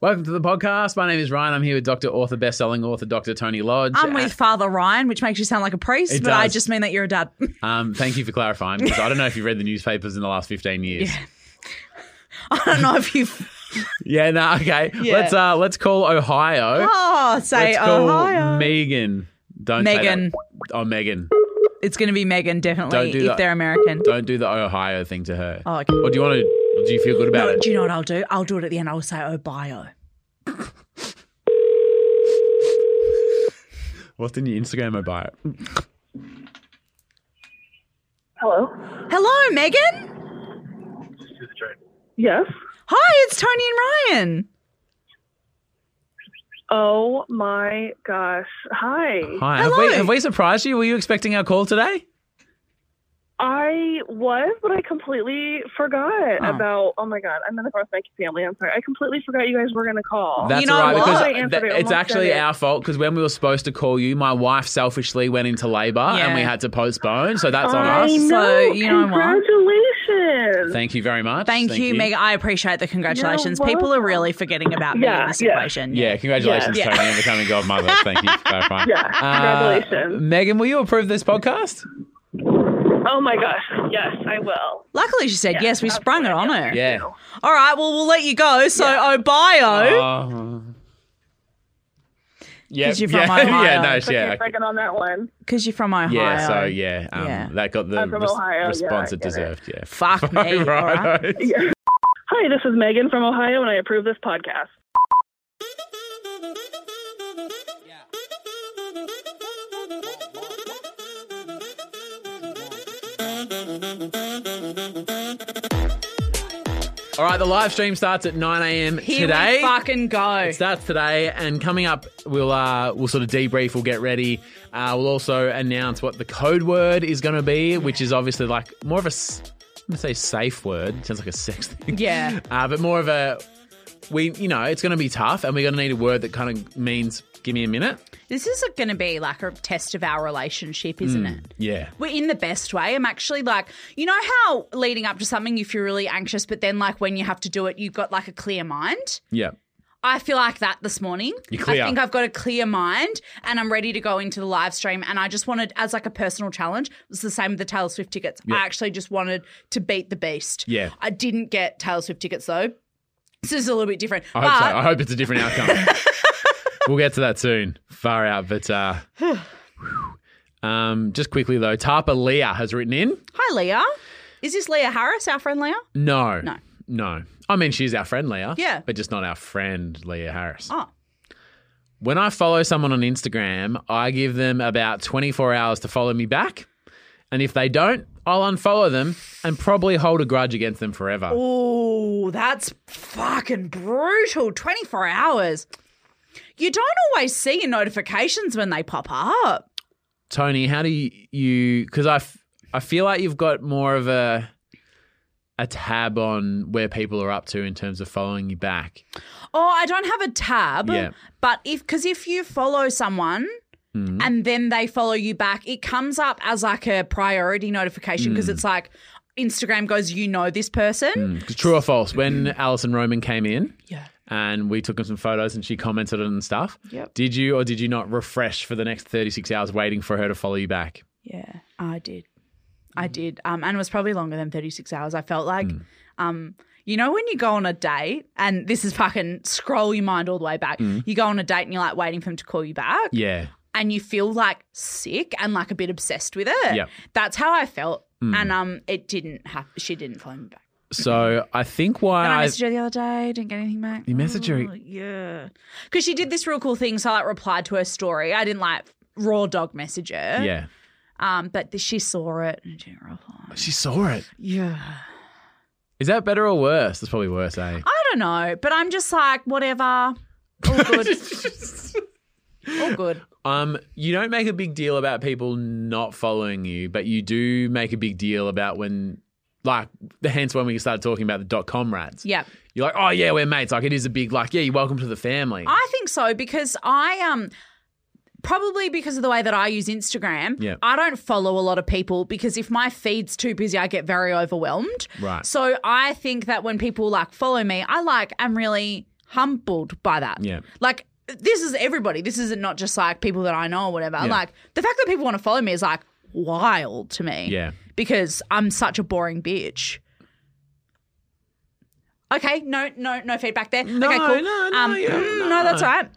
Welcome to the podcast. My name is Ryan. I'm here with Dr. Author, best-selling author, Dr. Tony Lodge. I'm with Father Ryan, which makes you sound like a priest, It but I does. just mean that you're a dad. Um, thank you for clarifying because I don't know if you've read the newspapers in the last 15 years. I don't know if you've. Yeah, no, okay. Yeah. Let's uh let's call Ohio. Oh, say let's call Ohio. Megan. Don't say Megan. that. Oh, Megan. It's going to be Megan, definitely, Don't do if that. they're American. Don't do the Ohio thing to her. Oh, okay. Or do you want to? Do you feel good about No, it? do you know what I'll do? I'll do it at the end. I'll say Ohio. What's in your Instagram about it? Hello. Hello, Megan. Yes. Hi, it's Tony and Ryan. Oh my gosh. Hi. Hi. Have we, Hello. have we surprised you? Were you expecting our call today? I was, but I completely forgot Oh. about. Oh my god, I'm in the car with my family. I'm sorry. I completely forgot you guys were gonna call. That's Oh, You know all right what? because I answered th- it it's almost actually every- our fault because when we were supposed to call you, my wife selfishly went into labour and Yeah. we had to postpone. So that's on I us. know. So, you know what? Congratulations. Thank you very much. Thank, you, Megan. I appreciate the congratulations. You're People are welcome. really forgetting about me Yeah, in this yeah. equation. Yeah, congratulations, Yeah. Tony, on becoming godmother. Thank you for clarifying. Yeah, Uh, congratulations. Megan, will you approve this podcast? oh my gosh. Yes, I will. Luckily, she said yes. We sprung it on her. Yeah. All right. Well, we'll let you go. So, Ohio. Oh. Yeah, 'Cause you're from yeah, yeah, Ohio. no, Took me yeah, a okay. second on that one. Because you're from Ohio. yeah. So yeah, um, Yeah. that got the I'm from res- Ohio, yeah, response I it get it. deserved. Yeah, Fuck me. all right. Righto. Hi, this is Megan from Ohio, and I approve this podcast. All right, the live stream starts at 9 a.m. Here today. we fucking go. It starts today, and coming up, we'll uh, we'll sort of debrief. We'll get ready. Uh, we'll also announce what the code word is going to be, which is obviously like more of a s- I'm gonna say safe word. Sounds like a sex thing. Yeah. uh, but more of a we. You know, it's going to be tough, and we're going to need a word that kind of means give me a minute. This is going to be like a test of our relationship, isn't Hmm. it? Yeah. We're in the best way. I'm actually like, you know how leading up to something you feel really anxious, but then like when you have to do it, you've got like a clear mind. Yeah. I feel like that this morning. You're clear. I think I've got a clear mind and I'm ready to go into the live stream. And I just wanted, as like a personal challenge, it was the same with the Taylor Swift tickets. Yeah. I actually just wanted to beat the beast. Yeah. I didn't get Taylor Swift tickets though. This is a little bit different. I hope but so. I hope it's a different outcome. we'll get to that soon. Far out, but uh, whew. um, just quickly though, Tarpa Leah has written in. Hi, Leah. Is this Leah Harris, our friend Leah? No, No. no. I mean, she's our friend Leah, Yeah. but just not our friend Leah Harris. Oh, When I follow someone on Instagram, I give them about 24 hours to follow me back, and if they don't, I'll unfollow them and probably hold a grudge against them forever. Ooh, that's fucking brutal. 24 hours. You don't always see your notifications when they pop up. Tony, how do you? Because I, f- I feel like you've got more of a a tab on where people are up to in terms of following you back. Oh, I don't have a tab. Yeah. But if, because if you follow someone and then they follow you back, it comes up as like a priority notification because it's like Instagram goes, you know this person. 'Cause true or false? When Alison Roman came in, Yeah. and we took him some photos and she commented on it and stuff. Yep. Did you or did you not refresh for the next 36 hours waiting for her to follow you back? Yeah, I did. Mm. I did. Um, and it was probably longer than 36 hours. I felt like, um, you know, when you go on a date, and this is fucking scroll your mind all the way back, you go on a date and you're like waiting for them to call you back, Mm. Yeah. and you feel like sick and like a bit obsessed with it. Yep. That's how I felt. Mm. And um, it didn't happen. She didn't phone me back. So I think why And I I, messaged her the other day, didn't get anything back. You messaged her- Oh, yeah. Because she did this real cool thing. So I like replied to her story. I didn't like raw dog message her. yeah, Um, but th- she saw it and she didn't reply. she saw it. Yeah. Is that better or worse? That's probably worse, eh? I don't know, but I'm just like, whatever. All good. All good. Um, you don't make a big deal about people not following you, but you do make a big deal about when, like, hence when we started talking about the dot com rats. Yeah. You're like, oh yeah, we're mates. Like, it is a big like, yeah, you're welcome to the family. I think so because I um probably because of the way that I use Instagram, Yeah. I don't follow a lot of people because if my feed's too busy, I get very overwhelmed. Right. So I think that when people like follow me, I like am really humbled by that. Yeah. Like this is everybody. This isn't not just like people that I know or whatever. Yeah. Like the fact that people want to follow me is like wild to me. Yeah. Because I'm such a boring bitch. Okay, no, no, no feedback there. No, okay, cool. no, no, um, you're mm, not. no, that's all right.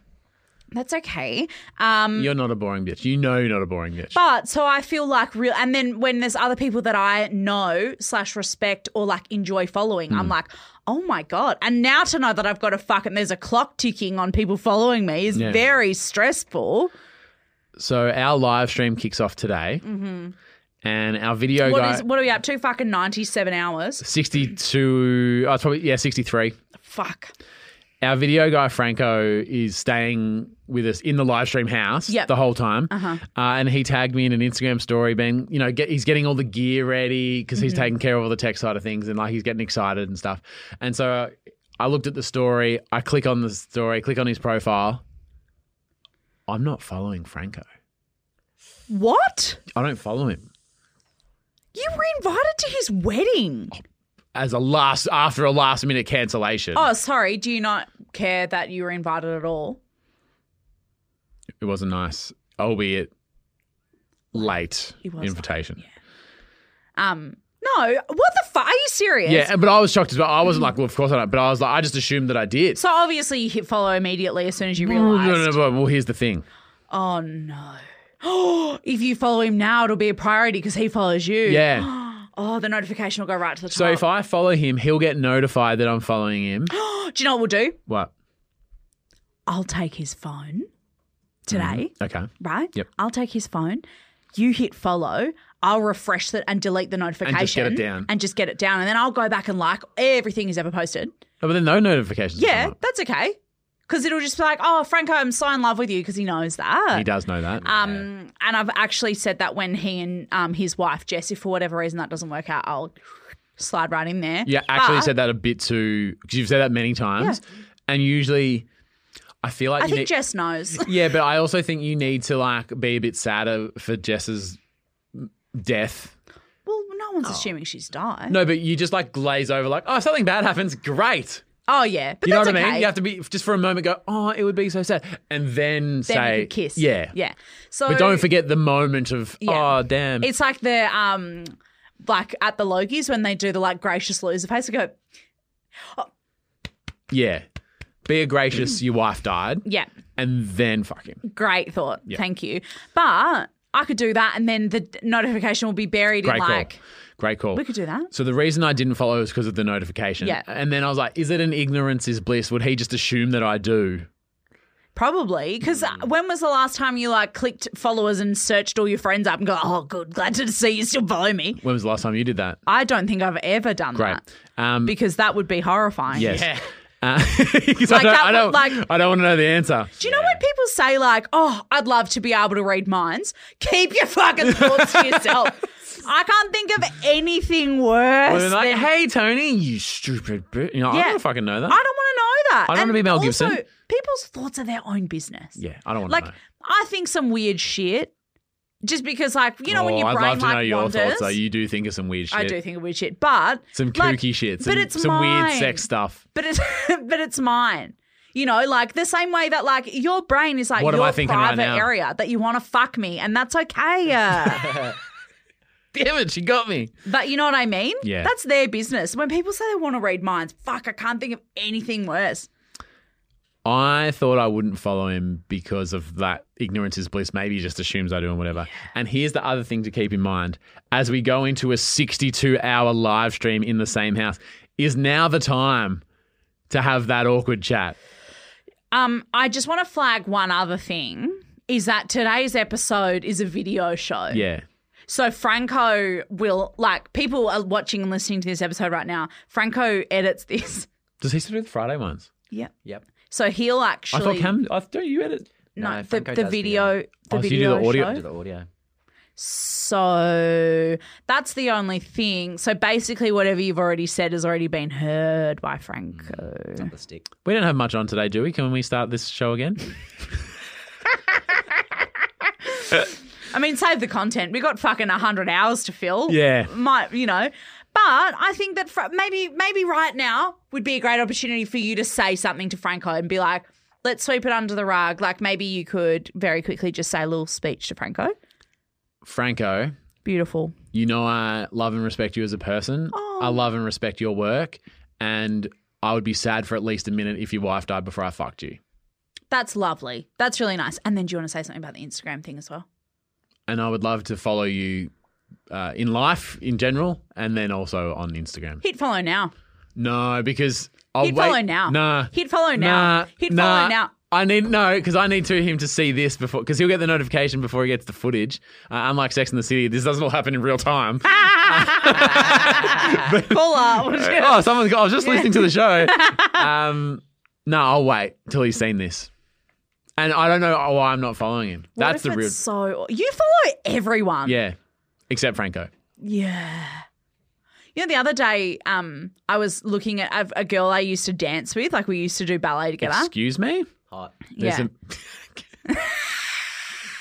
That's okay. Um, You're not a boring bitch. You know you're not a boring bitch. but so I feel like real, and then when there's other people that I know slash respect or like enjoy following, Hmm. I'm like, oh my god! And now to know that I've got a fucking there's a clock ticking on people following me is Yeah. very stressful. so our live stream kicks off today, and our video Mm-hmm. What guy is what are we up to? Fucking ninety seven hours. 62. Oh, it's probably yeah, 63. Fuck. Our video guy Franco is staying with us in the live stream house Yep. the whole time, Uh-huh. Uh, and he tagged me in an Instagram story, being you know get, he's getting all the gear ready because Mm-hmm. he's taking care of all the tech side of things, and like he's getting excited and stuff. And so uh, I looked at the story, I click on the story, click on his profile. I'm not following Franco. What? I don't follow him. You were invited to his wedding. As a last after a last minute cancellation, Oh, sorry. Do you not care that you were invited at all? it wasn't nice, albeit late It was late, invitation. Um, no. What the fuck? Are you serious? Yeah, but I was shocked as well. I wasn't like, well, of course I don't. But I was like, I just assumed that I did. So obviously you hit follow immediately as soon as you No, no, realised. no, but- Well, here's the thing. Oh no. Oh, if you follow him now, it'll be a priority because he follows you. Yeah. Oh, the notification will go right to the top. So if I follow him, he'll get notified that I'm following him. do you know what we'll do? what? I'll take his phone today, Okay. right? Mm-hmm. Yep. I'll take his phone. You hit follow. I'll refresh that and delete the notification down. And just get it down, and then I'll go back and like everything he's ever posted. No, but then no notifications. will Yeah, come up. that's okay. Because it'll just be like, oh, Franco, I'm so in love with you because he knows that. he does know that. Yeah. Um, and I've actually said that when he and um, his wife Jess, if for whatever reason that doesn't work out, I'll slide right in there. yeah, actually But said that a bit too because you've said that many times, and usually, I feel like I you think need, Jess knows. yeah, but I also think you need to like be a bit sadder for Jess's death. well, no one's assuming she's died. Oh. No, but you just like glaze over, like, oh, something bad happens. Great. Oh yeah, but you know that's what I mean? okay. You have to be just for a moment. Go, oh, it would be so sad, and then, then say, we could kiss. yeah, yeah. So But don't forget the moment of, Yeah. oh, damn. It's like the um, like at the Logies when they do the like gracious loser face. They go, yeah, be a gracious. your wife died, yeah, and then fucking great thought, thank you. But I could do that, and then the notification will be buried great in like call, great call. we could do that. so the reason I didn't follow is because of the notification. Yeah. And then I was like, is it an ignorance is bliss? Would he just assume that I do? Probably, because when was the last time you like clicked followers and searched all your friends up and go, "Oh, good, glad to see you still follow me." When was the last time you did that? I don't think I've ever done Great. that Um, because that would be horrifying. yes. Uh, 'cause I don't, Like that I would, don't, like- I don't want to know the answer. Do you know when people say like, "Oh, I'd love to be able to read minds"? Keep your fucking thoughts to yourself. I can't think of anything worse. Well, they're like, than- hey, Tony, you stupid bitch. You know, I Yeah. don't fucking know that. I don't want to know that. I don't And wanna be Mel also, Gibson. People's thoughts are their own business. yeah, I don't want Like, to know. I think some weird shit. Just because, like, you know, when Oh, your I'd brain love to like know your wanders, thoughts. Though. You do think of some weird shit. I do think of weird shit, but Some kooky like, shit. but Some, it's some weird mine. sex stuff. But it's but it's mine. You know, like the same way that like your brain is like What am your I thinking right private now? area that you want to fuck me, and that's okay. Uh, Damn it, she got me. but you know what I mean? Yeah. that's their business. When people say they want to read minds, fuck, I can't think of anything worse. I thought I wouldn't follow him because of that ignorance is bliss. Maybe he just assumes I do and whatever. And here's the other thing to keep in mind as we go into a 62 hour live stream in the same house, is now the time to have that awkward chat. Um, I just want to flag one other thing. Is that today's episode is a video show? Yeah. So Franco will like people are watching and listening to this episode right now. Franco edits this. Does he still do the Friday ones? Yep. Yep. So he'll actually. I thought Cam, I, don't you edit? No, No, the, Franco the does video, the Oh, so you do video the audio- I show. do the audio. So that's the only thing. So basically, whatever you've already said has already been heard by Franco. Not the stick. We don't have much on today, do we? Can we start this show again? I mean, save the content. We got fucking hundred hours to fill. Yeah. might you know, But I think that fr- maybe maybe right now would be a great opportunity for you to say something to Franco and be like, let's sweep it under the rug. Like maybe you could very quickly just say a little speech to Franco. Franco, Beautiful. you know I love and respect you as a person. Oh. I love and respect your work, and I would be sad for at least a minute if your wife died before I fucked you. That's lovely. That's really nice. And then do you want to say something about the Instagram thing as well? And I would love to follow you uh, in life in general, and then also on Instagram. Hit follow now. No, because I'll Hit wait. follow now. Nah, Hit follow now. Nah, Hit nah. follow now. I need no because I need to him to see this before because he'll get the notification before he gets the footage. Uh, unlike Sex in the City, this doesn't all happen in real time. Paula. oh, someone's got. I was just listening to the show. Um, no, I'll wait till he's seen this, and I don't know why I'm not following him. That's the What if real. it's So you follow everyone. Yeah, except Franco. Yeah. You know, the other day, um, I was looking at a, a girl I used to dance with. Like we used to do ballet together. Excuse me. Hot. yeah. There's some-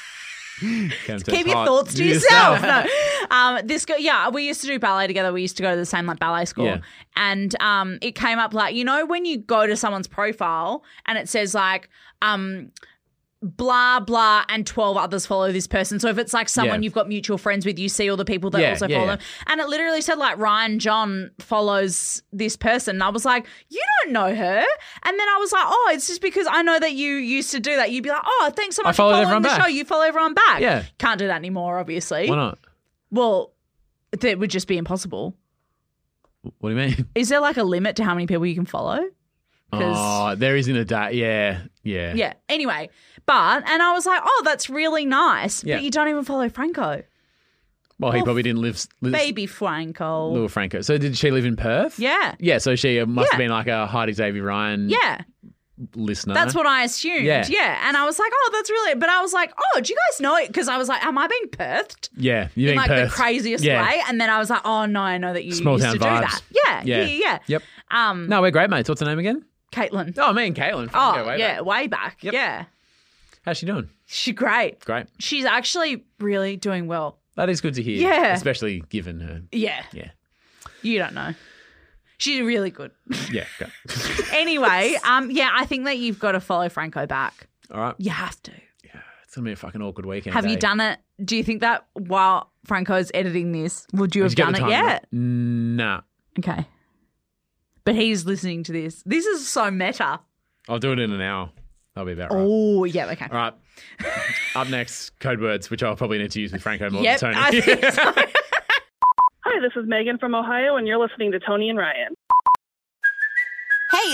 Cam says, Keep your "Hi, thoughts to you yourself. no. Um, this girl, yeah, we used to do ballet together. We used to go to the same like ballet school, Yeah. and um, it came up like you know when you go to someone's profile and it says like um. Blah blah, and twelve others follow this person. So if it's like someone Yeah. you've got mutual friends with, you see all the people that Yeah, also yeah, follow yeah. them, and it literally said like Ryan John follows this person. And I was like, you don't know her, and then I was like, oh, it's just because I know that you used to do that. You'd be like, oh, thanks so much for followed following everyone the back. show. You follow everyone back. Yeah. Can't do that anymore, obviously. Why not? Well, that would just be impossible. What do you mean? Is there like a limit to how many people you can follow? Oh, 'Cause- there isn't a date. Yeah, yeah. Yeah. Anyway, but, and I was like, oh, that's really nice. Yeah. But you don't even follow Franco. Well, he Oh, probably didn't live, live Baby Franco. little Franco. So did she live in Perth? Yeah. Yeah, so she uh, must have Yeah. been like a Heidi Davy Ryan Yeah. listener. That's what I assumed. Uh-huh. Yeah. And I was like, oh, that's really, but I was like, oh, do you guys know it? Because I was like, am I being Perthed? Yeah, you In mean like Perth. the craziest Yeah. way. And then I was like, oh, no, I know that you Small used town to do vibes. that. Yeah. Yeah. Yeah. Yeah. Yep. Um, No, we're great mates. What's her name again? Caitlin. Oh, me and Caitlin. Oh, Fucking go way yeah. back. Way back. Yeah. How's she doing? She's great. Great. She's actually really doing well. That is good to hear. Yeah. Especially given her. Yeah. Yeah. You don't know. She's really good. Yeah. great. Anyway, um, yeah, I think that you've got to follow Franco back. All right. You have to. It's going to be a fucking awkward weekend. Have you eh? done it? Do you think that while Franco's editing this, would you have Did you get the done it time yet? right? Nah. Okay. But he's listening to this. This is so meta. I'll do it in an hour. That'll be about right. Oh, yeah, okay. All right. Up next, code words, which I'll probably need to use with Franco more Yep, than Tony. I think so. Hi, this is Megan from Ohio, and you're listening to Tony and Ryan. Hey,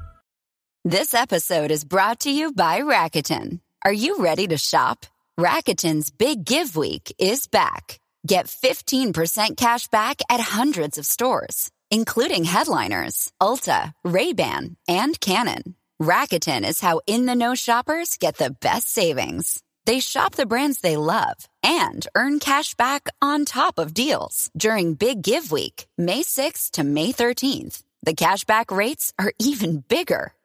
This episode is brought to you by Rakuten. Are you ready to shop? Rakuten's Big Give Week is back. Get 15% cash back at hundreds of stores, including headliners, Ulta, Ray-Ban, and Canon. Rakuten is how in the know shoppers get the best savings. They shop the brands they love and earn cash back on top of deals during Big Give Week, May 6th to May 13th. The cashback rates are even bigger.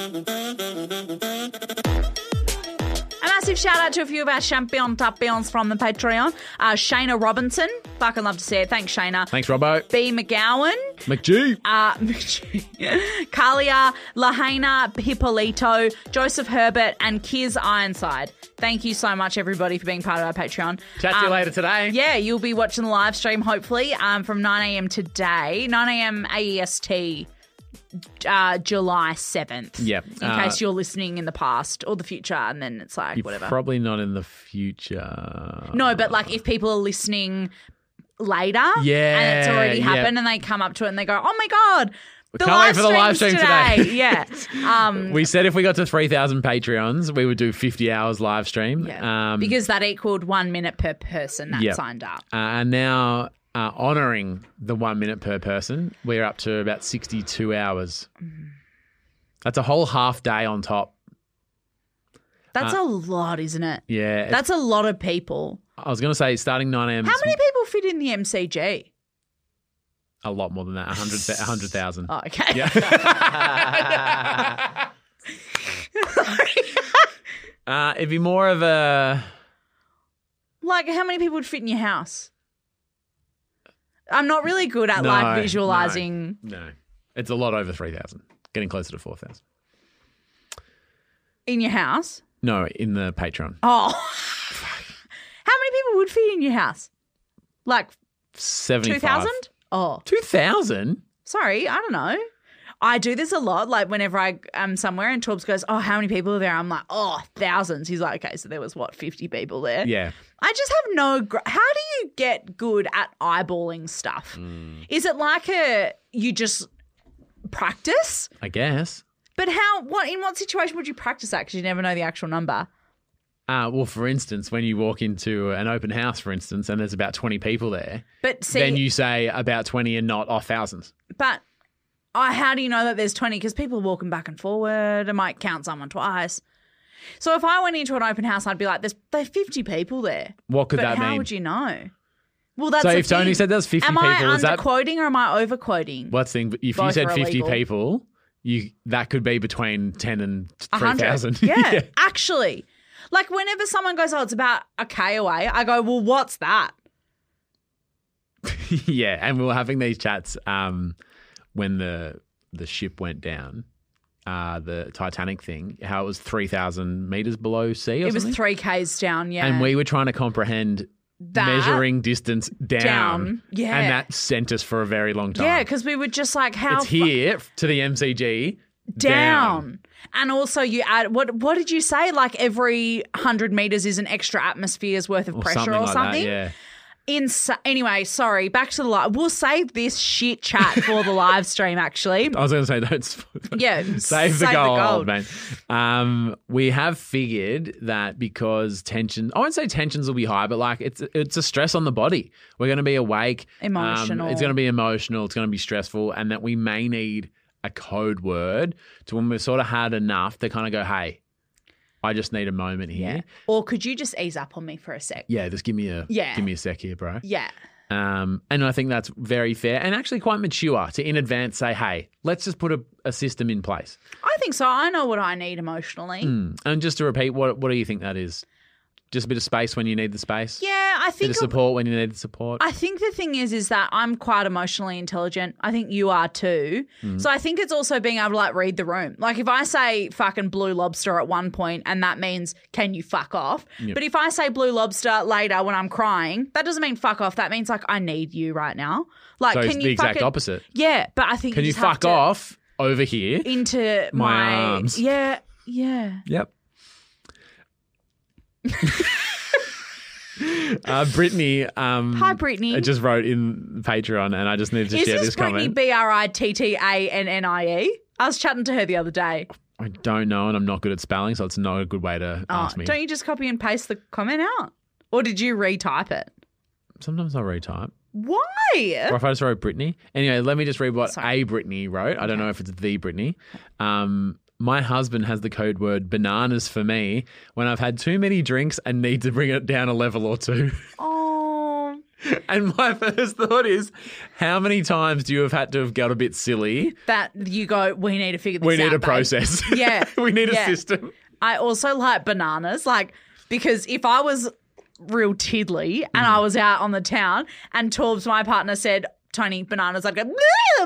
A massive shout out to a few of our champion tapions from the Patreon. Uh, Shayna Robinson, Fucking love to see it. Thanks, Shayna. Thanks, Robbo. B. McGowan, McGee. uh, Kalia, Lahaina Hippolito, Joseph Herbert, and Kiz Ironside. Thank you so much, everybody, for being part of our Patreon. Chat to you Um, later today. Yeah, you'll be watching the live stream hopefully um, from 9 a.m. today, 9 a.m. AEST, E uh, July 7th. Yeah, In uh, case you're listening in the past or the future, and then it's like, whatever. Probably not in the future. no, but like if people are listening later and it's already Yeah, happened yeah. and they come up to it and they go, oh my God. The can't wait for the live stream's stream today." yeah. Um, We said if we got to 3,000 Patreons, we would do 50 hours live stream. yeah. Um, Uh, because that equaled one minute per person that Yeah. signed up. uh, and now uh, honoring the one minute per person, we're up to about 62 hours. Mm-hmm. That's a whole half day on top. That's a lot, isn't it? Yeah. it's- That's a lot of people. I was going to say starting 9 a.m. How is many people fit in the MCG? A lot more than that. 100,000. 100, Oh, okay. uh, it'd be more of a. like, how many people would fit in your house? I'm not really good at No, like visualizing. No. It's a lot over 3,000, getting closer to 4,000. in your house. No, in the Patreon. Oh, how many people would fit in your house? Like 75. two thousand? Oh, 2,000? sorry, I don't know. I do this a lot. Like whenever I am somewhere and Torbs goes, "Oh, how many people are there?" I'm like, "Oh, thousands. He's like, "Okay, so there was what fifty people there." Yeah. I just have no. Gr- How do you get good at eyeballing stuff? Mm. Is it like a you just practice? I guess. But how? What in what situation would you practice that? Because you never know the actual number. Uh, well, for instance, when you walk into an open house, for instance, and there's about 20 people there, But see, then you say about 20 and not off thousands. but I, how do you know that there's twenty? Because people are walking back and forward. I might count someone twice. So if I went into an open house, I'd be like, "There's there's fifty people there." What could but that how mean? would you know? Well, that's So the if Tony thing. said there's 50 am people, I is that- underquoting or am I overquoting? What's thing? If you Both said are 50 illegal. people, you that could be between 10 and 100. 3,000. Yeah, actually. Like whenever someone goes, oh, it's about a K away, I go, well, what's that? yeah, and we were having these chats um, when the the ship went down, uh, the Titanic thing. How it was three thousand meters below sea. Or it was something? three Ks down, yeah. and we were trying to comprehend That- measuring distance down, Down, yeah. and that sent us for a very long time. Yeah, because we were just like, how it's fu- here to the MCG down. And also you add what what did you say? Like every hundred meters is an extra atmosphere's worth of or pressure something or like something. that. Insa- anyway, sorry, back to the live. We'll save this shit chat for the live stream, actually. Yeah, I was going to say don't Yeah. save the gold, mate. Um, we have figured that because tension, I won't say tensions will be high, but like it's it's a stress on the body. We're going to be awake, um, Emotional. it's going to be emotional. It's going to be stressful, and that we may need a code word to when we've sort of had enough to kind of go, hey, I just need a moment here. Yeah, Or could you just ease up on me for a sec? just give me a Yeah. give me a sec here, bro. Yeah. Um, and I think that's very fair and actually quite mature to in advance say, hey, let's just put a, a system in place. I think so. I know what I need emotionally. Mm. And just to repeat, what what do you think that is? Just a bit of space when you need the space. Yeah, I Bit think of support when you need the support. I think the thing is is that I'm quite emotionally intelligent. I think you are too. Mm. So I think it's also being able to like read the room. Like if I say fucking blue lobster at one point and that means can you fuck off? But if I say blue lobster later when I'm crying, that doesn't mean fuck off. That means like I need you right now. Like so can it's you the exact fucking- opposite. Yeah, but I think Can you just have fuck to- off over here? into My my, arms. Yeah, yeah. Yep. uh, Brittany, um, Hi, Brittany. I just wrote in Patreon, and I just needed to Is share this, this Brittany comment. B R I T T A N N I E? I was chatting to her the other day. I don't know, and I'm not good at spelling, so it's not a good way to Oh, ask me. don't you just copy and paste the comment out? Or did you retype it? Sometimes I'll retype. Why? Or if I just wrote Brittany. Anyway, let me just read what Sorry. a Brittany wrote. I don't know if it's the Brittany. Um, my husband has the code word bananas for me when I've had too many drinks and need to bring it down a level or two. Oh, and my first thought is, how many times do you have had to have got a bit silly? that you go, we need to figure this out. We need a babe." process. Yeah, we need a yeah. system. I also like bananas, like, because if I was real tiddly and Mm. I was out on the town and Torbs, my partner, said, Tony, bananas. I'd go, "Bleh,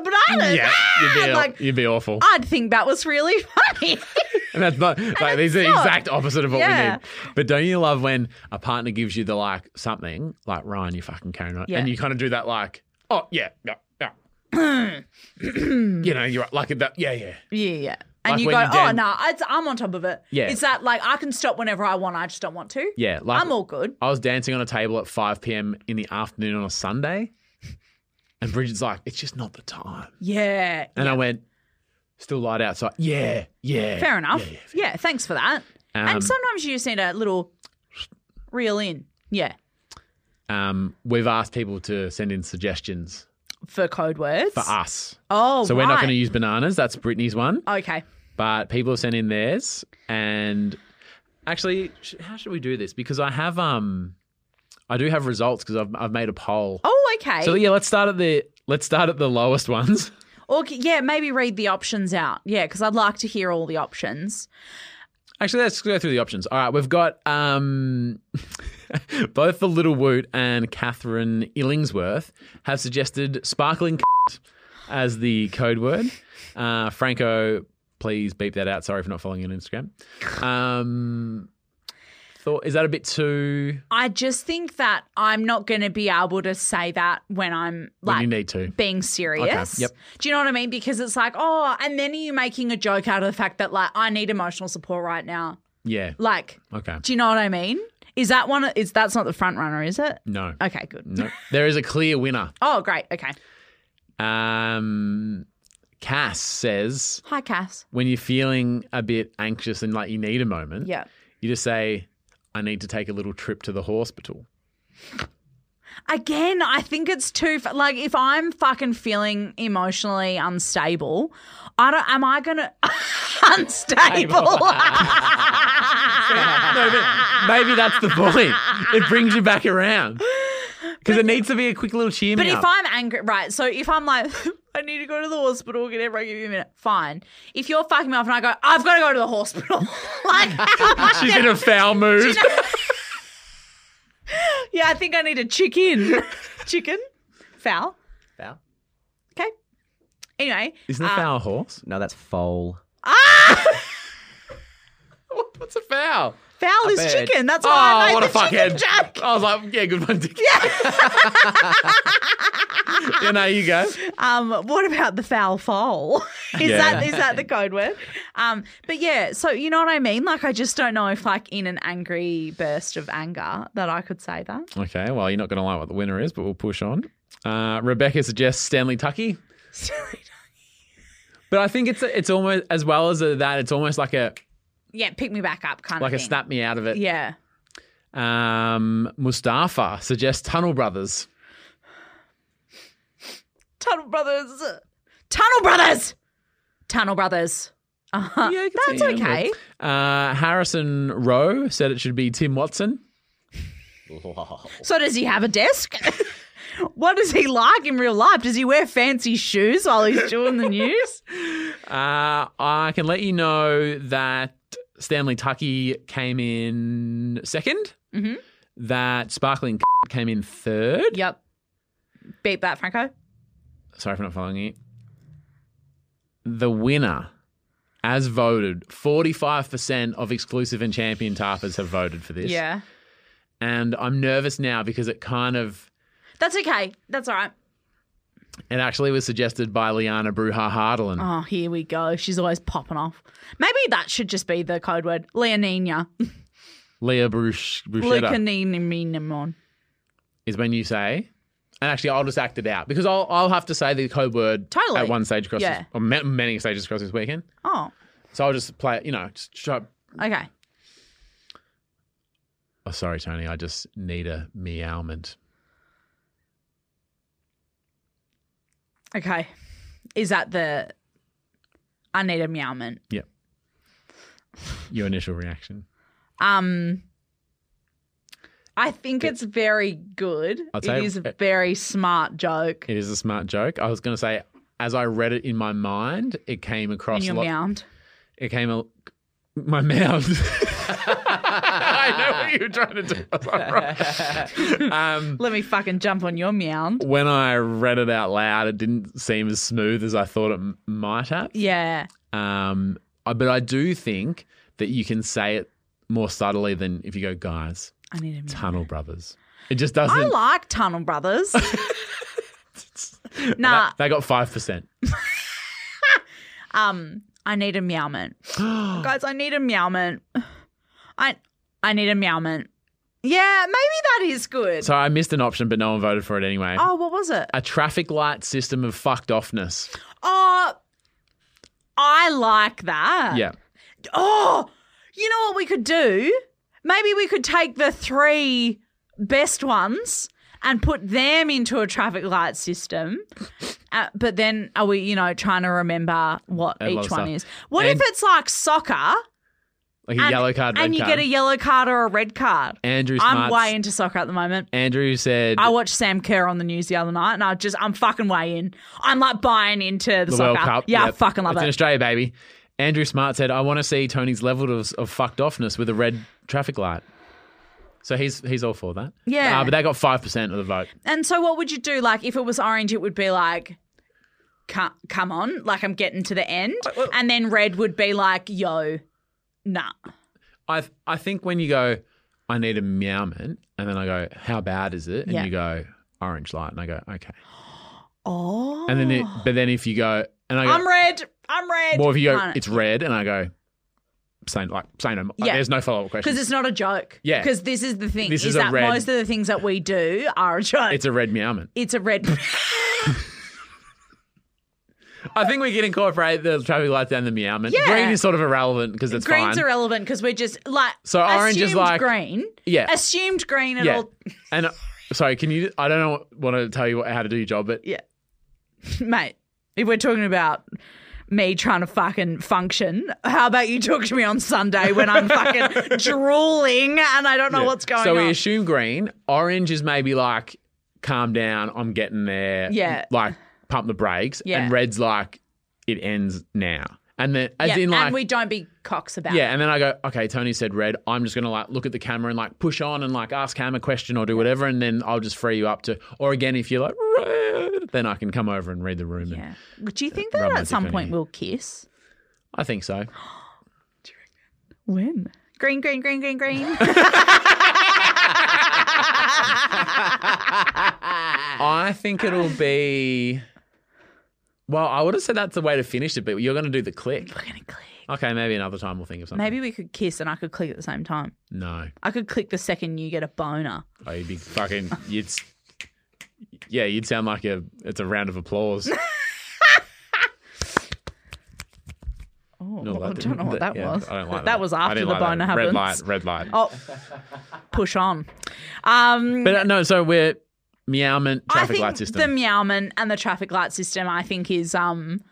bananas. Yeah, you'd be, ah!" like, you'd be awful. I'd think that was really funny. And that's not like these are the not. exact opposite of what we Yeah. need. But don't you love when a partner gives you the like something like Ryan, you fucking carrying on, Yeah. and you kind of do that like, oh yeah, yeah, yeah. you know, you're like that, yeah, yeah. yeah, yeah. And Like you when go, you oh, did- no, it's, I'm on top of it. Yeah. It's that, like, I can stop whenever I want. I just don't want to. Yeah, like I'm all good. I was dancing on a table at 5 p.m. in the afternoon on a Sunday, and Bridget's like, it's just not the time. Yeah. And I went, still light outside. Yeah, yeah. Fair enough. Yeah, Yeah, yeah. thanks for that. Um, and sometimes you just need a little reel in. Yeah. Um, we've asked people to send in suggestions For code words. for us. oh, so we're not right. going to use bananas. That's Brittany's one. Okay. but people have sent in theirs and actually sh- how should we do this because i have um i do have results because I've, I've made a poll Oh, okay. so yeah let's start at the let's start at the lowest ones Or c- yeah, maybe read the options out. Yeah, because I'd like to hear all the options. actually let's go through the options all right we've got um both the little woot and catherine illingsworth have suggested sparkling as the code word uh franco please beep that out sorry for not following you on instagram um thought is that a bit too I just think that I'm not going to be able to say that when I'm when like you need to being serious. Okay, yep. Do you know what I mean? Because it's like, oh, and then are you making a joke out of the fact that like I need emotional support right now? Yeah. Like, Okay. do you know what I mean? Is that one? Is that's not the front runner, is it? No. Okay, good. No. There is a clear winner. Oh, great. Okay. Um, Cass says Hi, Cass. when you're feeling a bit anxious and like you need a moment, Yeah. you just say, "I need to take a little trip to the hospital." Again, I think it's too f- like if I'm fucking feeling emotionally unstable, I don't. Am I gonna unstable? no, Ah. but maybe that's the point. It brings you back around because it needs to be a quick little cheer. but me if up. I'm angry, right? So if I'm like, I need to go to the hospital. Get everyone, give me a minute. Fine. If you're fucking me off and I go, I've got to go to the hospital. like, how she's am I in gonna- a foul mood. yeah, I think I need a chicken. chicken, fowl. Foul? Okay. Anyway, Isn't a foul a horse? No, that's foal. What- What's a foul? fowl is bet. chicken. That's why I Oh, made what a the chicken fuckhead! jack. I was like, yeah, good one. Yeah. yeah, no, you go. Um, what about the foul foal? is Yeah. that is that the code word? Um, but yeah, so you know what I mean? Like I just don't know if like in an angry burst of anger that I could say that. Okay, well, you're not going to like what the winner is, but we'll push on. Uh, Rebecca suggests Stanley Tucky, but I think it's it's almost as well as a, that. It's almost like a yeah, pick me back up kind like of a thing. snap me out of it. Yeah. Um, Mustafa suggests Tunnel Brothers. Tunnel Brothers. Tunnel Brothers. Tunnel Brothers. Uh-huh. I can That's see it. okay. Uh, Harrison Rowe said it should be Tim Watson. So does he have a desk? what is he like in real life? Does he wear fancy shoes while he's doing the news? Uh, I can let you know that Stanley Tucky came in 2nd Mhm. That Sparkling came in third. yep. Beat that, Franco. sorry for not following you. The winner, as voted, 45% of exclusive and champion tarpers have voted for this. Yeah. And I'm nervous now because it kind of, That's okay. That's all right. it actually was suggested by Liana Bruja Hardelin. Oh, here we go. She's always popping off. Maybe that should just be the code word. Leonina. Leah Bruch- Bruchetta Leoninimon. is when you say, and actually I'll just act it out because I'll, I'll have to say the code word Totally. at one stage across, Yeah. this, or ma- many stages across this weekend. Oh, So I'll just play, it, you know, just try. okay. Oh, sorry, Tony. I just need a meowment. Okay. Is that the. I need a meowment. Yep. Your initial reaction. Um, I think it's very good. I'll It tell you- is a very smart joke. It is a smart joke. I was going to say, as I read it in my mind, it came across. In your lo- mound. It came. A- my mouth. I know what you're trying to do. It's all right. um, Let me fucking jump on your mound. when I read it out loud, it didn't seem as smooth as I thought it m- might have. Yeah. Um, I- but I do think that you can say it more subtly than if you go, guys, I need a minute. Tunnel Brothers. It just doesn't. I like Tunnel Brothers. nah, that- they got 5%. um, I need a meowment. Guys, I need a meowment. I I need a meowment. Yeah, maybe that is good. So I missed an option, but no one voted for it anyway. oh, what was it? A traffic light system of fucked offness. Oh, I like that. Yeah. Oh, you know what we could do? Maybe we could take the three best ones and put them into a traffic light system. Uh, but then are we, you know, trying to remember what I love each one stuff. is? What And- if it's like soccer Like a and, yellow card, red and you card. get a yellow card or a red card? Andrew I'm Smart's, way into soccer at the moment. Andrew said I watched Sam Kerr on the news the other night, and I just I'm fucking way in. I'm like buying into the, the soccer. World Cup. Yeah, I Yep. fucking love it's in it. Australia, baby. Andrew Smart said, "I want to see Tony's level of, of fucked offness with a red traffic light." So he's he's all for that. Yeah. Uh, but they got five percent of the vote. and so, what would you do? Like, if it was orange, it would be like, "Come, come on!" Like, I'm getting to the end, and then red would be like, "Yo, nah." I I think when you go, I need a meowment, and then I go, how bad is it? And Yeah. you go, orange light, and I go, okay. Oh, And then it, but then if you go, and I go, I'm red. I'm red. well, if you go, Can't- it's red, and I go, same like same. Like, Yeah. There's no follow up because question. it's not a joke. Yeah. Because this is the thing. This is, is a that red- most of the things that we do are a joke. It's a red meowment. it's a red. I think we can incorporate the traffic light and the meowment. Yeah. Green is sort of irrelevant because it's Green's fine. irrelevant because we're just like So orange is assumed like- green. Yeah. assumed green at yeah. all. And uh, sorry, can you? I don't know, want to tell you what, how to do your job, but Yeah, mate. If we're talking about me trying to fucking function, how about you talk to me on Sunday when I'm fucking drooling and I don't know Yeah. what's going so on? we assume green. Orange is maybe like, calm down, I'm getting there. Yeah. Like, pump the brakes. Yeah. And red's like, it ends now. And then, as yeah, in like, and we don't be cocks about. yeah, and then I go, okay, Tony said red. I'm just gonna like look at the camera and like push on and like ask him a question or do whatever, and then I'll just free you up to. Or again, if you're like red, then I can come over and read the room. it. and- yeah. Do you think that rub my at some dick on point you. we'll kiss? I think so. When? Green, green, green, green, green. I think it'll be. Well, I would have said that's the way to finish it, but you're going to do the click. We're gonna click. Okay, maybe another time we'll think of something. Maybe we could kiss and I could click at the same time. No. I could click the second you get a boner. Oh, you'd be fucking. You'd. s- Yeah, you'd sound like a. It's a round of applause. Oh, No, I that don't know didn't- what that- that yeah, was. I don't like that. That was I after didn't the like that. boner happens. Red light, red light. Oh, push on. Um, But uh, no, so we're meowment I traffic think light the system. meowman and the traffic light system, I think is, um,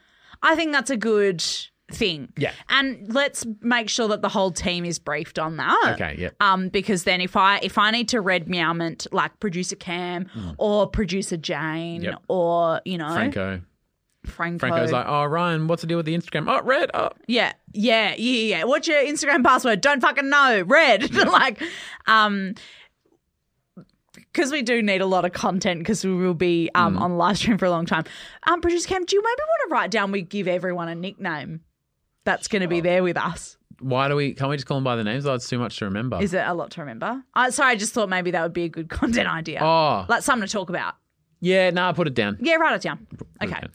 I think that's a good thing. Yeah. And let's make sure that the whole team is briefed on that. okay, yeah. Um, because then if I if I need to red meowment like producer Cam or producer Jane Hmm. Yep. or you know Franco. Franco, Franco's like, oh, Ryan, what's the deal with the Instagram? Oh, red. Oh. Yeah, yeah, yeah, yeah. What's your Instagram password? Don't fucking know. Red. like, um, because we do need a lot of content because we will be um on the live stream for a long time. Um, producer Cam, do you maybe want to write down we give everyone a nickname that's going to be there with us? Why do we. Can't we just call them by the names? Oh, it's too much to remember. Is it a lot to remember? Uh, sorry, I just thought maybe that would be a good content idea, Oh. like something to talk about. yeah, no, nah, put it down. Yeah, write it down. Okay.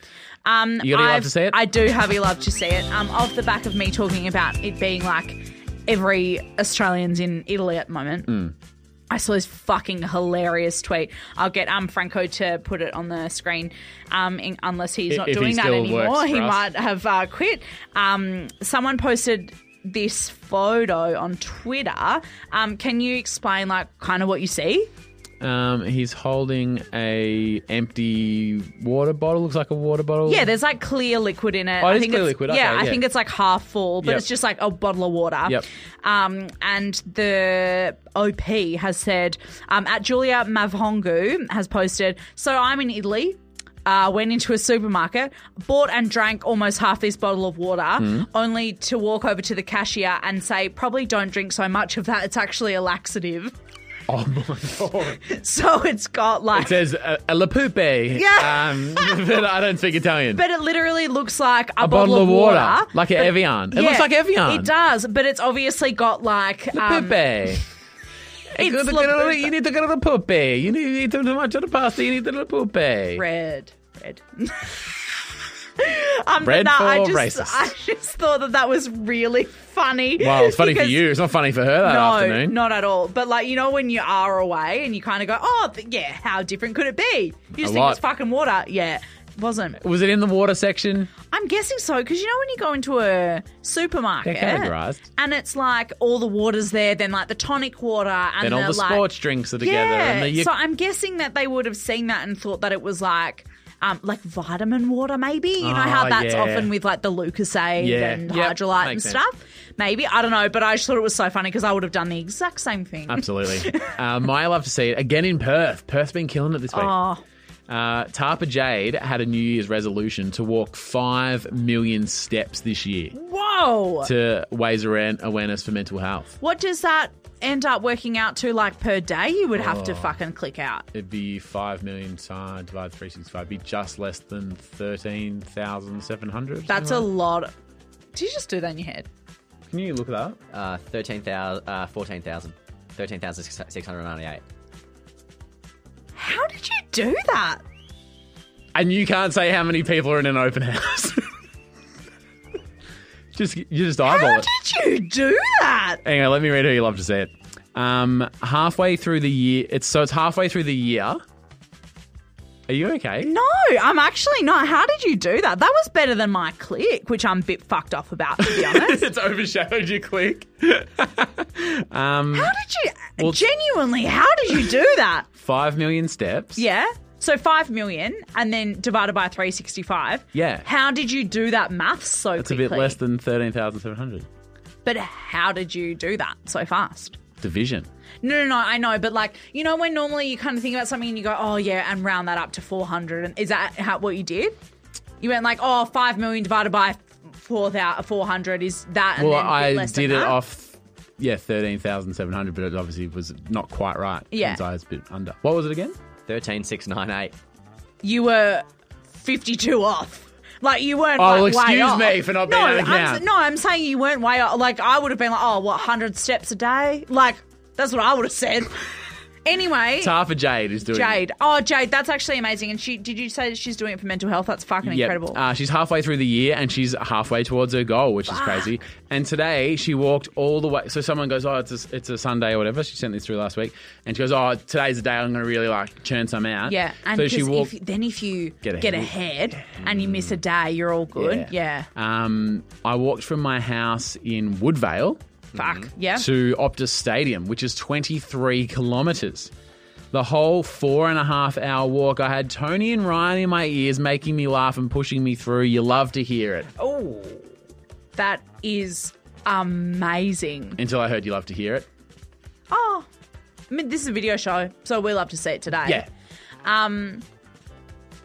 Um, You got Hubby Love I've- to see it? I do have you love to see it. Um, off the back of me talking about it being like every Australian's in Italy at the moment. Hmm. I saw this fucking hilarious tweet. I'll get um Franco to put it on the screen. Um, in, unless he's If- not if he doing that still anymore, works for he us. might have uh, quit. Um, someone posted this photo on Twitter. Um, can you explain like kind of what you see? Um, he's holding a empty water bottle. Looks like a water bottle. Yeah, there's like clear liquid in it. Oh, it is think clear it's- liquid. Yeah, Okay, I yeah. think it's like half full, but Yep. it's just like a bottle of water. Yep. Um, and the OP has said um, at Julia Mavhongu has posted. So I'm in Italy. uh, went into a supermarket, bought and drank almost half this bottle of water, Hmm. only to walk over to the cashier and say, probably don't drink so much of that. It's actually a laxative. Oh my god! So it's got like. It says uh, a la poupe. Yeah. um, but I don't speak Italian. but it literally looks like a, a bottle, of water, like an but- Evian. It Yeah, looks like Evian. It does, but it's obviously got like. La Um, poupe. You it's gotta la get a- poupe. you need to get a la poupe. You need to eat too much of the pasta. You need to la poupe. Red. Red. Um, Bread no, I for just, racists. I just thought that that was really funny. Well, it's funny for because- you. It's not funny for her that No, afternoon. not at all. But like you know, when you are away and you kind of go, "Oh, th- yeah, how different could it be?" You just think lot. it's fucking water. Yeah, it wasn't. Was it in the water section? I'm guessing so because you know when you go into a supermarket, They're categorised. and it's like all the waters there, then like the tonic water, and Then all the, the like, sports drinks are together. Yeah, And the, you, so I'm guessing that they would have seen that and thought that it was like. Um, like vitamin water, maybe you know how Ah, that's yeah. often with like the Lucasade Yeah. and Yep, Hydrolite and makes sense. stuff. Maybe I don't know, but I just thought it was so funny because I would have done the exact same thing. absolutely. uh, Maya love to see it again in Perth. Perth's been killing it this week. Oh, Uh, Tarpa Jade had a New Year's resolution to walk five million steps this year whoa! to raise awa- awareness for mental health. what does that end up working out to like per day? You would have to Oh. fucking click out. It'd be five million times divided three sixty five. Be just less than thirteen thousand seven hundred. That's a lot. Did you just do that in your head? Can you look that up? Uh, 13,000, uh, 14,000. 13,698. How did you do that? And you can't say how many people are in an open house. just you just eyeball How it. did you do that? Hang on, let me read who you love to see it. Um, halfway through the year, it's so it's halfway through the year. Are you okay? No, I'm actually not. How did you do that? That was better than my click, which I'm a bit fucked off about, to be honest. it's overshadowed your click. how did you, genuinely, how did you do that? Five million steps. Yeah. So 5 million and then divided by 365. Yeah. How did you do that math so That's a bit quickly? less than thirteen thousand seven hundred. But how did you do that so fast? Division. No, no, no, I know, but like, you know, when normally you kind of think about something and you go, oh, yeah, and round that up to 400. And is that how, what you did? You went like, oh, 5 million divided by 4,000 400 is that. And Well, then a bit I less than did it that? off. Yeah, thirteen thousand seven hundred, but it obviously was not quite right. Yeah. since I was a bit under. What was it again? 13,698. You were 52 off. Like, you weren't. Oh, like, well, way excuse off. me for not being no, able to I'm, count. No, I'm saying you weren't way off. Like, I would have been like, oh, what, 100 steps a day? Like, that's what I would have said. anyway. Tarpa Jade is doing. Jade. Oh, Jade, that's actually amazing. And she did you say that she's doing it for mental health? That's fucking Yep. incredible. Uh, she's halfway through the year and she's halfway towards her goal, which is crazy. And today she walked all the way. So someone goes, "Oh, it's a, it's a Sunday or whatever." She sent this through last week, and she goes, "Oh, today's the day I'm going to really like churn some out." yeah, and so 'cause she walked. if, then if you get Get Mm. ahead, and you miss a day, you're all good. Yeah, Yeah. um, I walked from my house in Woodvale fuck yeah. to Optus Stadium, which is 23 kilometres. The whole four and a half hour walk, I had Tony and Ryan in my ears, making me laugh and pushing me through. You love to hear it. Oh, that is amazing. Until I heard you love to hear it. Oh, I mean, this is a video show, so we love to see it today. Um, Yeah.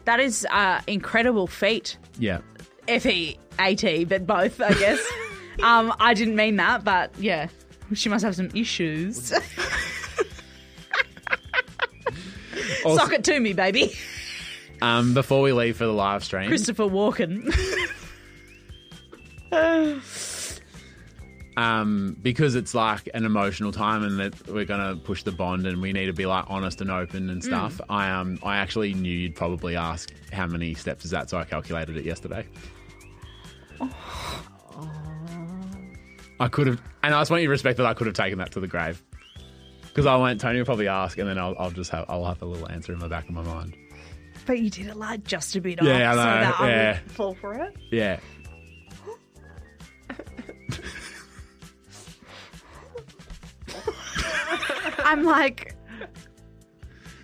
that is uh, incredible feat. Yeah. F E A T, but both, I guess. um, I didn't mean that, but yeah, she must have some issues. Sock it to me, baby. Um, before we leave for the live stream, Christopher Walken. um, because it's like an emotional time and that we're gonna push the bond and we need to be like honest and open Mm. and stuff. I um, I actually knew you'd probably ask how many steps is that, so I calculated it yesterday. Oh. I could have, and I just want you to respect that I could have taken that to the grave because I went. Tony will probably ask, and then I'll, I'll just have I'll have a little answer in my back of my mind. But you did it like just a bit Yeah, I know, off, so Oh, that I yeah. would fall for it. Yeah. I'm like,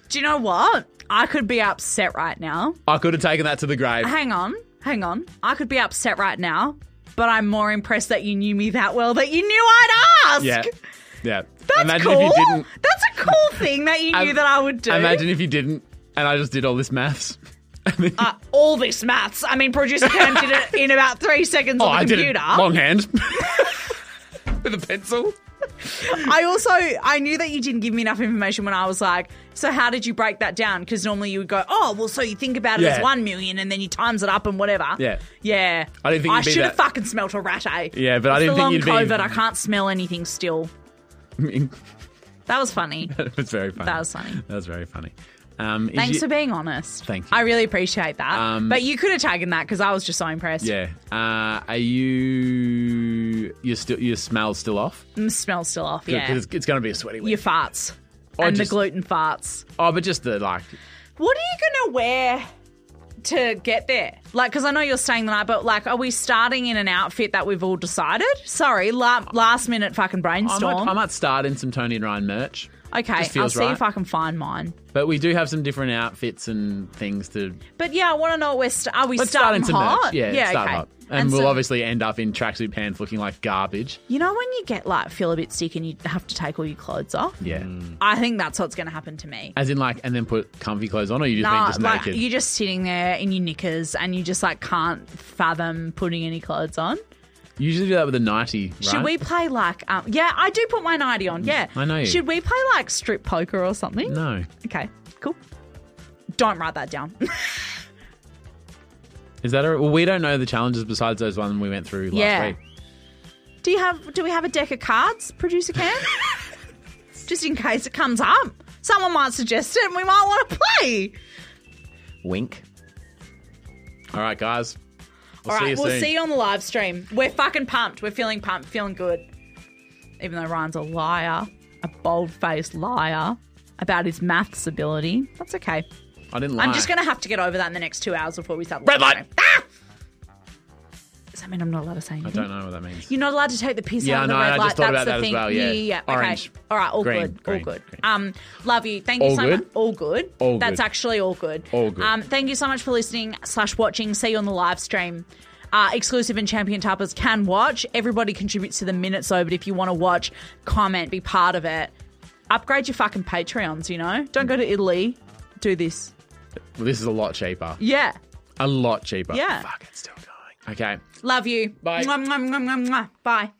do you know what? I could be upset right now. I could have taken that to the grave. Hang on, hang on. I could be upset right now, but I'm more impressed that you knew me that well that you knew I'd ask. Yeah. Yeah. That's Imagine cool. if you didn't That's a cool thing that you knew Um, that I would do. Imagine if you didn't, and I just did all this maths. uh, all this maths. I mean, producer Cam did it in about three seconds Oh, on the I did computer. it longhand with a pencil. I also I knew that you didn't give me enough information when I was like, so how did you break that down? Because normally you would go, oh well, so you think about it as Yeah. one million and then you times it up and whatever. Yeah. yeah. I didn't think I you'd be should have that- fucking smelt a rat. Eh? Yeah, but I didn't It's the think long you'd be- COVID. I can't smell anything still. That was funny. It's very funny. That was funny. That was very funny. Um, is Thanks you- for being honest. Thank you. I really appreciate that. Um, but you could have taken that because I was just so impressed. Yeah. Uh, are you? You still? Your smell's still off? Mm, smells still off. Good, Yeah. 'cause it's, it's going to be a sweaty week. Your farts. Or and just- the gluten farts. Oh, but just the like. What are you going to wear to get there? Like, because I know you're staying the night, but like, are we starting in an outfit that we've all decided? Sorry, la- last minute fucking I might, brainstorm. I might start in some Tony and Ryan merch, okay, just I'll feels see right. if I can find mine. but we do have some different outfits and things to. But yeah, I want to know we're st- are we Let's start starting in some hot? merch. Yeah, start okay. hot. And, And we'll so- obviously end up in tracksuit pants looking like garbage. You know when you get like feel a bit sick and you have to take all your clothes off? Yeah. I think that's what's going to happen to me. As in, like, Mm. and then put comfy clothes on, or you just mean Nah, just like naked? you're just sitting there in your knickers and you just like can't fathom putting any clothes on. You usually do that with a nighty, right? Should we play like um, yeah, I do put my nighty on. Yeah. I know you. Should we play like strip poker or something? No. Okay. Cool. Don't write that down. Is that all right? Well, we don't know the challenges besides those one we went through last Yeah. week. do you have do we have a deck of cards, producer Cam? just in case it comes up. Someone might suggest it and we might want to play. Wink. All right, guys. We'll All see right, you we'll soon. see you on the live stream. We're fucking pumped. We're feeling pumped, feeling good. Even though Ryan's a liar, a bold faced liar about his maths ability, that's okay. I didn't lie. I'm just going to have to get over that in the next two hours before we start. the Red live light. stream. Ah! Does that mean I'm not allowed to say I anything? don't know what that means. You're not allowed to take the piss Yeah, out of the I know, red I light. just thought That's about the that as thing. well, yeah. yeah, yeah. Orange. Okay. All right. All Green, good. green, all good. green. Um, love you. Thank you All so good? much. All good. All That's good. actually all good. All good. Um, thank you so much for listening slash watching. See you on the live stream. Uh, exclusive and champion tappers can watch. Everybody contributes to the minutes though, but if you want to watch, comment, be part of it. Upgrade your fucking Patreons, you know? Don't go to Italy. Do this. Well, this is a lot cheaper. Yeah. A lot cheaper. Yeah. Fuck, it's still going. Okay. Love you. Bye. Mwah, mwah, mwah, mwah, mwah. Bye.